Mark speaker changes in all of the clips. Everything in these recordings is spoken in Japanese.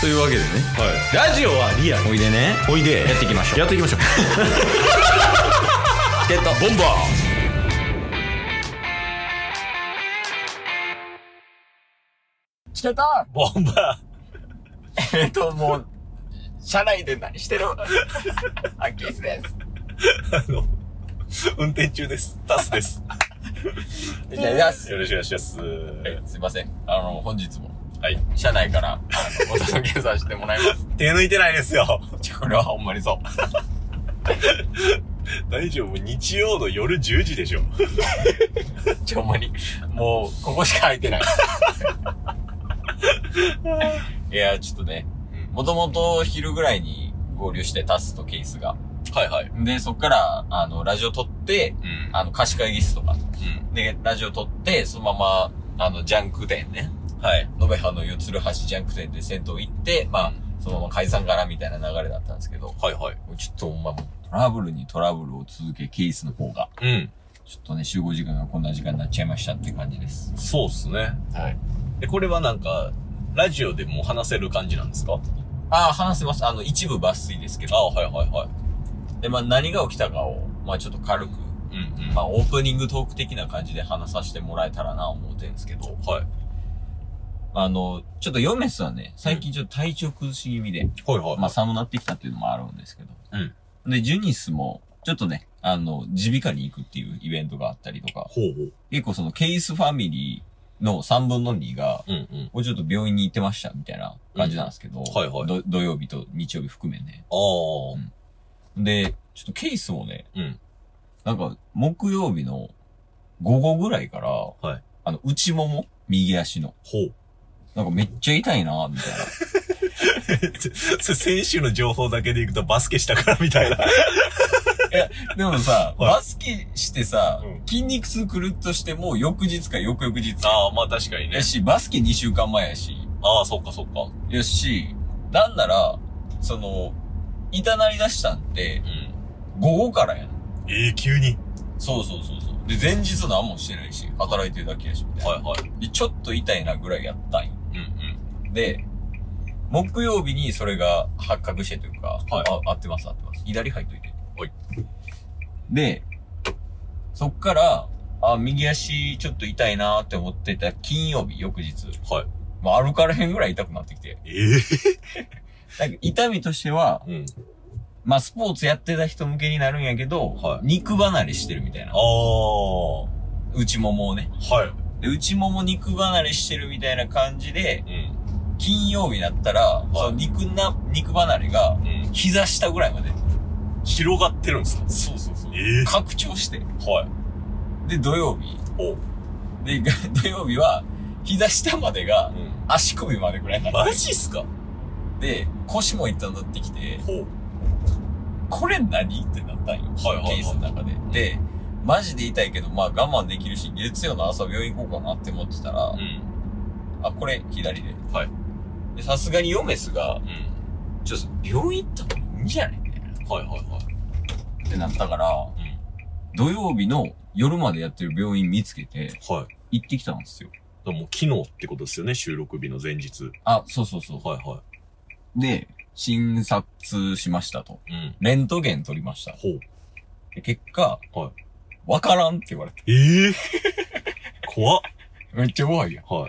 Speaker 1: というわけでね
Speaker 2: ラジオはリアル
Speaker 1: おいでね
Speaker 2: おいで
Speaker 1: やっていきましょう
Speaker 2: やっていきましょう
Speaker 1: チケットボンバー
Speaker 3: チケット
Speaker 2: ボンバ
Speaker 3: えっと、もう、車内で何してるアッキースです。
Speaker 2: ーあの運転中ですタスです
Speaker 3: いただきます。
Speaker 2: よろしくお願いします
Speaker 3: はいすいません。あの、本日も、
Speaker 2: はい
Speaker 3: 車内から、あの、お届けさせてもらい ます。
Speaker 2: 手抜いてないですよ
Speaker 3: ちょこれはほんまにそう。
Speaker 2: 大丈夫日曜の夜10時でしょ
Speaker 3: ちょ、ほんまに。もう、ここしか空いてない。いや、ちょっとね、もともと昼ぐらいに合流してタスとケースが。
Speaker 2: はいはい
Speaker 3: で、そっから、あの、ラジオ撮って、
Speaker 2: うん
Speaker 3: あの、貸し会議室とか。
Speaker 2: う
Speaker 3: で、ラジオ撮って、そのまま、あの、ジャンク店ね。
Speaker 2: んはい
Speaker 3: 延べ葉の四つる橋ジャンク店で銭湯行って、まあ、そのまま解散からみたいな流れだったんですけど、
Speaker 2: はいはい
Speaker 3: ちょっと、まあ、もうトラブルにトラブルを続け、ケースの方が、
Speaker 2: うん
Speaker 3: ちょっとね、集合時間がこんな時間になっちゃいましたって感じです。
Speaker 2: そうっすね
Speaker 3: はい。
Speaker 2: でこれはなんかラジオでもう話せる感じなんですか
Speaker 3: ああ、話せます。あの、一部抜粋ですけ
Speaker 2: あ
Speaker 3: ど。
Speaker 2: はいはいは
Speaker 3: で、まあ、何が起きたかを、まあ、ちょっと軽く、
Speaker 2: いうん
Speaker 3: まあ、オープニングトーク的な感じで話させてもらえたらな、思うてんですけど、
Speaker 2: はい
Speaker 3: あの、ちょっとヨメスはね、最近ちょっと体調崩し気味で、
Speaker 2: はいはい
Speaker 3: まあ、寒なってきたっていうのもあるんですけど。
Speaker 2: うん
Speaker 3: で、ジュニスも、ちょっとね、あの、耳鼻科に行くっていうイベントがあったりとか、
Speaker 2: ほうほう
Speaker 3: 結構そのケースファミリーの3分の2が、
Speaker 2: うんうん
Speaker 3: もうちょっと病院に行ってましたみたいな感じなんですけど、
Speaker 2: んはいはい
Speaker 3: ど土曜日と日曜日含めね。
Speaker 2: あ
Speaker 3: で、ちょっとケースもね、
Speaker 2: あうん
Speaker 3: なんか、木曜日の午後ぐらいから、
Speaker 2: い
Speaker 3: あの、内もも右足の。
Speaker 2: ほう
Speaker 3: なんかめっちゃ痛いなみたいな。
Speaker 2: それ選手の情報だけでいくとバスケしたからみた いな。
Speaker 3: でもさ、
Speaker 2: はい
Speaker 3: バスケしてさ、
Speaker 2: うん
Speaker 3: 筋肉痛くるっとしても、翌日か翌々日
Speaker 2: ああ、まあ確かに
Speaker 3: やし、バスケ2週間前やし、
Speaker 2: ああ、そっかそっか。
Speaker 3: やし、なんなら、その、痛なり出したんって、
Speaker 2: うん。
Speaker 3: 午後からやん。
Speaker 2: ええ急に。
Speaker 3: そうそうそうそう。で、前日何もしてないし、働いてるだけやし、みたいな。
Speaker 2: はいはい。
Speaker 3: で、ちょっと痛いなぐらいやったんよ。
Speaker 2: うんうん。
Speaker 3: で、木曜日にそれが発覚してというか、
Speaker 2: はい
Speaker 3: あ合ってます合ってます。左入っといて。
Speaker 2: はい。
Speaker 3: で、そっから、あ、右足ちょっと痛いなーって思ってた金曜日、翌日。
Speaker 2: はい。
Speaker 3: まあ、歩かれへんぐらい痛くなってきて。
Speaker 2: ええ
Speaker 3: なんか痛みとしては、
Speaker 2: うん。
Speaker 3: まあ、スポーツやってた人向けになるんやけど、
Speaker 2: はい
Speaker 3: 肉離れしてるみたいな
Speaker 2: あ。あ。は
Speaker 3: 内ももをね。
Speaker 2: い。
Speaker 3: で、内もも肉離れしてるみたいな感じで、
Speaker 2: うん。
Speaker 3: 金曜日だったら、その肉な、肉離れが、
Speaker 2: うん。
Speaker 3: 膝下ぐらいまで。
Speaker 2: 広がってるんですか
Speaker 3: そうそうそう。
Speaker 2: ええ
Speaker 3: 拡張して。
Speaker 2: はい。
Speaker 3: で、土曜日。
Speaker 2: おう。
Speaker 3: で、 土曜日は、膝下までが、
Speaker 2: ん。
Speaker 3: 足首までぐらいになっ
Speaker 2: マジっすか
Speaker 3: て。で、腰も痛なってきて、
Speaker 2: ほう。
Speaker 3: これ何ってなったんよ。
Speaker 2: はいはいはい
Speaker 3: ケースの中で。で、マジで痛いけど、まあ我慢できるし、月曜の朝病院行こうかなって思ってたら、
Speaker 2: ん。
Speaker 3: あ、これ左で。
Speaker 2: はい。
Speaker 3: で、さすがにヨメスが、
Speaker 2: うん。
Speaker 3: ちょっと病院行った方がいいんじゃないみたいな
Speaker 2: はいはいはい。
Speaker 3: ってなったから、土曜日の夜までやってる病院見つけて、
Speaker 2: うん。はい。
Speaker 3: 行ってきたんですよ。
Speaker 2: でももう昨日ってことですよね、収録日の前日。
Speaker 3: あ、そうそうそう。
Speaker 2: はいは
Speaker 3: で、診察しましたと。
Speaker 2: い。うん。
Speaker 3: レントゲン取りました。
Speaker 2: ほう。
Speaker 3: で結果、。
Speaker 2: はい
Speaker 3: わからんって言われて。
Speaker 2: ええ 怖っ。
Speaker 3: めっちゃ怖いやん。
Speaker 2: は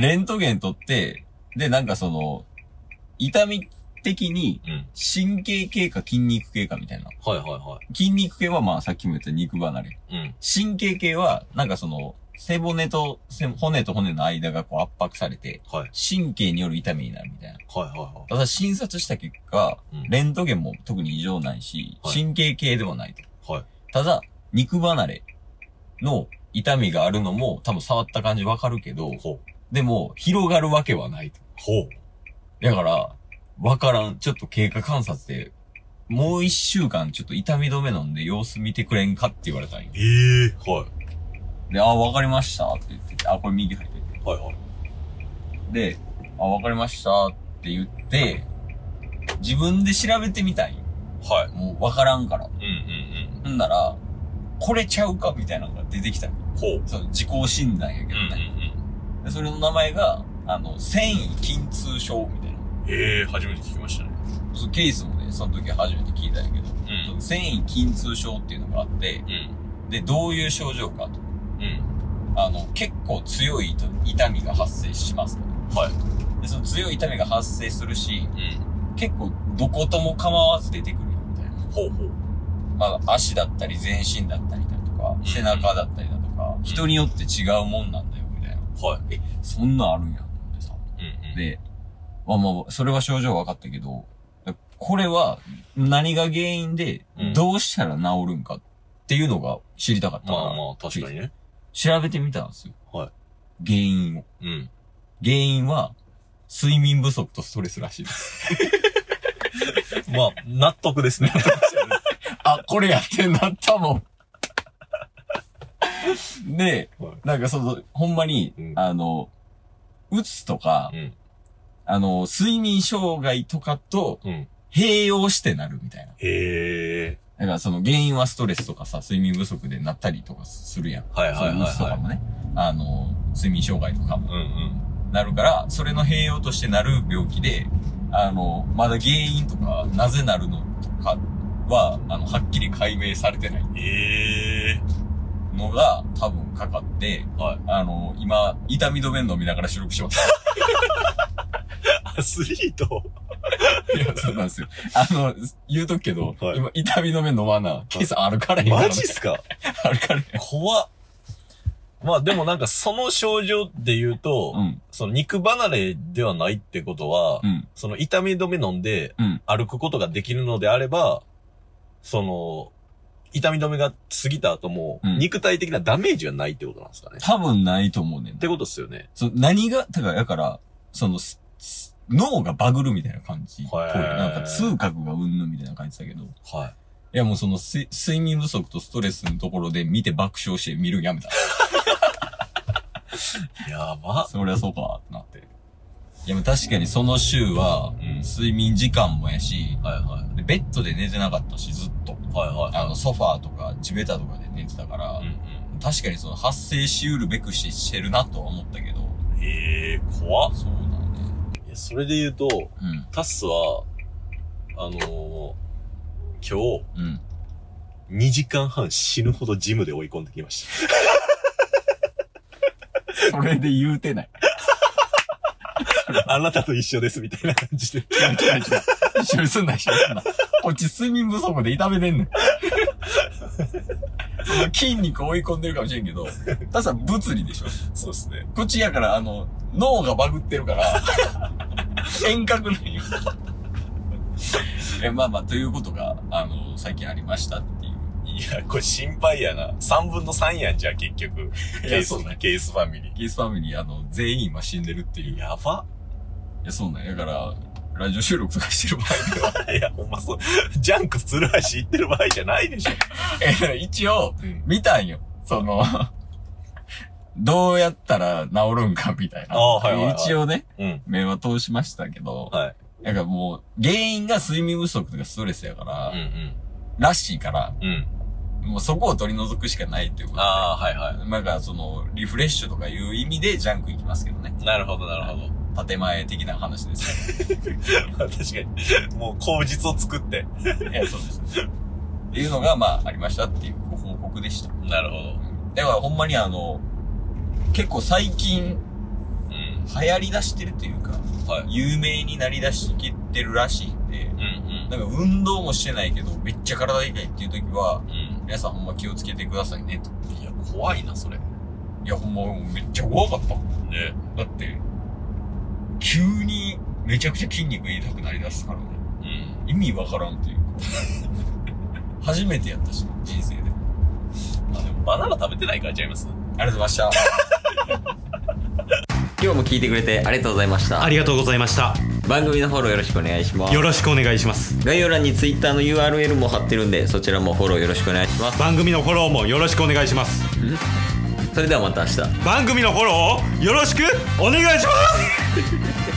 Speaker 3: で、レントゲン取って、で、なんかその、痛み的に、
Speaker 2: うん。
Speaker 3: 神経系か筋肉系かみたいな。
Speaker 2: はいはいは
Speaker 3: 筋肉系はまあさっきも言った肉離れ。
Speaker 2: い。うん。
Speaker 3: 神経系は、なんかその、背骨と、背骨と骨の間がこう圧迫されて、
Speaker 2: はい。
Speaker 3: 神経による痛みになるみたいな。
Speaker 2: はいはいは
Speaker 3: ただ診察した結果、
Speaker 2: い。うん。
Speaker 3: レントゲンも特に異常ないし、
Speaker 2: はい
Speaker 3: 神経系でもないと。
Speaker 2: はい。
Speaker 3: ただ、肉離れの痛みがあるのも多分触った感じわかるけど、
Speaker 2: ほう。
Speaker 3: でも広がるわけはないと。
Speaker 2: ほう。
Speaker 3: だから、わからん。ちょっと経過観察で、もう一週間ちょっと痛み止め飲んで様子見てくれんかって言われたんよ。
Speaker 2: ええはい。
Speaker 3: で、あ、わかりましたって言ってて、あ、これ右入ってて。
Speaker 2: はいはい。
Speaker 3: で、あ、わかりましたって言って、自分で調べてみたんよ。
Speaker 2: はい。
Speaker 3: もうわからんから。
Speaker 2: うんうん
Speaker 3: ほんなら、これちゃうかみたいなのが出てきたんよ。
Speaker 2: うん。ほう。
Speaker 3: その自己診断やけどね。でそれの名前が、あの、繊維筋痛症みたいな。
Speaker 2: ええ初めて聞きましたね。
Speaker 3: そうケースもね、その時初めて聞いたんやけど、
Speaker 2: うん。
Speaker 3: 繊維筋痛症っていうのがあって、で、どういう症状かと。
Speaker 2: うん。うん。
Speaker 3: あの、結構強い痛痛みが発生しますと。
Speaker 2: はい。
Speaker 3: で、その強い痛みが発生するし、
Speaker 2: うん。
Speaker 3: 結構どことも構わず出てくるよみたいな。
Speaker 2: ほうほう。
Speaker 3: まあ、足だったり全身だったりだとか、
Speaker 2: ん
Speaker 3: 背中だったりだとか、人によって違うもんなんだよみたいな。
Speaker 2: はい。
Speaker 3: え、そんなんあるんやと思ってさ。
Speaker 2: うんうん。
Speaker 3: で、まあまあ、それは症状分かったけど、これは何が原因で
Speaker 2: うん、
Speaker 3: どうしたら治るんかっていうのが知りたかった
Speaker 2: ま
Speaker 3: から。
Speaker 2: あまあ、確かにね。
Speaker 3: 調べてみたんですよ。
Speaker 2: はい。
Speaker 3: 原因を。
Speaker 2: うん。
Speaker 3: 原因は、睡眠不足とストレスらしいです。
Speaker 2: まあ、納得ですね。
Speaker 3: あ、これやってなったもん。 で、
Speaker 2: はい
Speaker 3: なんかその、ほんまに、
Speaker 2: うん
Speaker 3: あの、うつとか、
Speaker 2: うん。
Speaker 3: あの、睡眠障害とかと
Speaker 2: うん。
Speaker 3: 併用してなるみたいな。
Speaker 2: へえ。
Speaker 3: だからその原因はストレスとかさ、睡眠不足でなったりとかするやん。
Speaker 2: はいはいはい
Speaker 3: そうううつとか
Speaker 2: は
Speaker 3: もね。あの、睡眠障害とかも
Speaker 2: い。うんうん。
Speaker 3: なるから、それの併用としてなる病気で、あの、まだ原因とか、なぜなるのとかは、あの、はっきり解明されてない
Speaker 2: ええ。
Speaker 3: のが多分かかって、
Speaker 2: はい。
Speaker 3: あの、今、痛み止め飲みながら収録してます。
Speaker 2: アスリート。
Speaker 3: いや、そうなんですよ。あの、言うとくけど、
Speaker 2: はい
Speaker 3: 今、痛み止め飲まな、ケースあるから今、
Speaker 2: マジっすか
Speaker 3: あるから。
Speaker 2: 怖っ。まあでもなんかその症状で言うと、
Speaker 3: うん、
Speaker 2: その肉離れではないってことは、
Speaker 3: うん、
Speaker 2: その痛み止め飲んで
Speaker 3: うん。
Speaker 2: 歩くことができるのであれば、その、痛み止めが過ぎた後も、
Speaker 3: うん
Speaker 2: 肉体的なダメージはないってことなんですかね。
Speaker 3: 多分ないと思うねん
Speaker 2: ってことっすよね。
Speaker 3: その何が、だから、だから、その、すす脳がバグるみたいな感じっぽい。
Speaker 2: へー
Speaker 3: なんか痛覚がうんぬんみたいな感じだけど。い
Speaker 2: は
Speaker 3: やもうそのす睡眠不足とストレスのところで見て爆笑して見るんやめた。
Speaker 2: い。やば。
Speaker 3: そりゃそうかってなって。いやもう確かにその週は、
Speaker 2: うん
Speaker 3: 睡眠時間もやし、
Speaker 2: はいは
Speaker 3: でベッドで寝てなかったし、ずっと。
Speaker 2: い。はいはい。
Speaker 3: あの、ソファーとか地べたとかで寝てたから、
Speaker 2: うん
Speaker 3: 確かにその発生しうるべくしてしてるなとは思ったけど。
Speaker 2: うん。ええ怖っ。
Speaker 3: そうだね。
Speaker 2: いやそれで言うと、
Speaker 3: うん。
Speaker 2: タッスは、あのー今
Speaker 3: うん。
Speaker 2: 日、2時間半死ぬほどジムで追い込んできました。
Speaker 3: それで言うてない。
Speaker 2: あなたと一緒です、みたいな感じで。
Speaker 3: 違う違う違う。一緒にすんな、一緒にすんな。こっち睡眠不足で痛めてんねん。その筋肉追い込んでるかもしれんけど、ただ物理でしょ。
Speaker 2: そうですね。
Speaker 3: こっちやから、あの、脳がバグってるから、遠隔なんよ。え、まあまあ、ということが、あの、最近ありましたっていう。
Speaker 2: いや、これ心配やな。3分の3やん、じゃあ結局。ケース、
Speaker 3: ね。
Speaker 2: ケースファミリ
Speaker 3: ケースファミリー、あの、全員今死んでるっていう。
Speaker 2: ー。
Speaker 3: い
Speaker 2: やば。
Speaker 3: や、そうなんや。だから、ラジオ収録とかしてる場合
Speaker 2: いや、ほんまそう。ジャンク鶴橋行ってる場合じゃないでしょ。
Speaker 3: え、 一応、
Speaker 2: うん
Speaker 3: 見たんよ。その、 どうやったら治るんかみたいな。
Speaker 2: ああはいはいはい
Speaker 3: 一応ね、
Speaker 2: うん。
Speaker 3: 目は通しましたけど、
Speaker 2: はい。
Speaker 3: なんかもう、原因が睡眠不足とかストレスやから、
Speaker 2: ん
Speaker 3: らしいから、
Speaker 2: うん。うん。
Speaker 3: もうそこを取り除くしかないっていうことで。
Speaker 2: ああ、はいは
Speaker 3: なんかその、リフレッシュとかいう意味でジャンク行きますけどね。
Speaker 2: い。なるほど、なる ほど。
Speaker 3: 建前的な話 です
Speaker 2: まあ確かに。もう口実を作って。
Speaker 3: けど。いや、そうです。っていうのが、まあ、ありましたっていうご報告でした。
Speaker 2: なるほど。
Speaker 3: だからほんまにあの、結構最近、
Speaker 2: うん。
Speaker 3: 流行り出してるというか、
Speaker 2: はい。
Speaker 3: 有名になりだしてきてるらしいんで、
Speaker 2: うんうん。
Speaker 3: なんか運動もしてないけど、めっちゃ体痛いっていう時は、
Speaker 2: うん。
Speaker 3: 皆さんほんま気をつけてくださいねと。
Speaker 2: いや、怖いな、それ。ね。
Speaker 3: いやほんまめっちゃ怖かったもん。だって、急にめちゃくちゃ筋肉痛くなりだすからね。
Speaker 2: うん。
Speaker 3: 意味わからんと いうか。初めてやったし、人生で。ありが
Speaker 2: あ、でもバナナ食べてないからちゃいます
Speaker 3: とうございました。 今日も聞いてくれてありがとうございました
Speaker 1: あ。りがとうございました。
Speaker 3: 番組のフォローよろしくお願いします
Speaker 1: よ。ろしくお願いします。
Speaker 3: 概要欄に Twitter の URL も貼ってるんでそちらもフォローよろしくお願いします
Speaker 1: 番組のフォローもよろしくお願いします。
Speaker 3: それではまた明日
Speaker 1: 番組のフォローをよろしくお願いします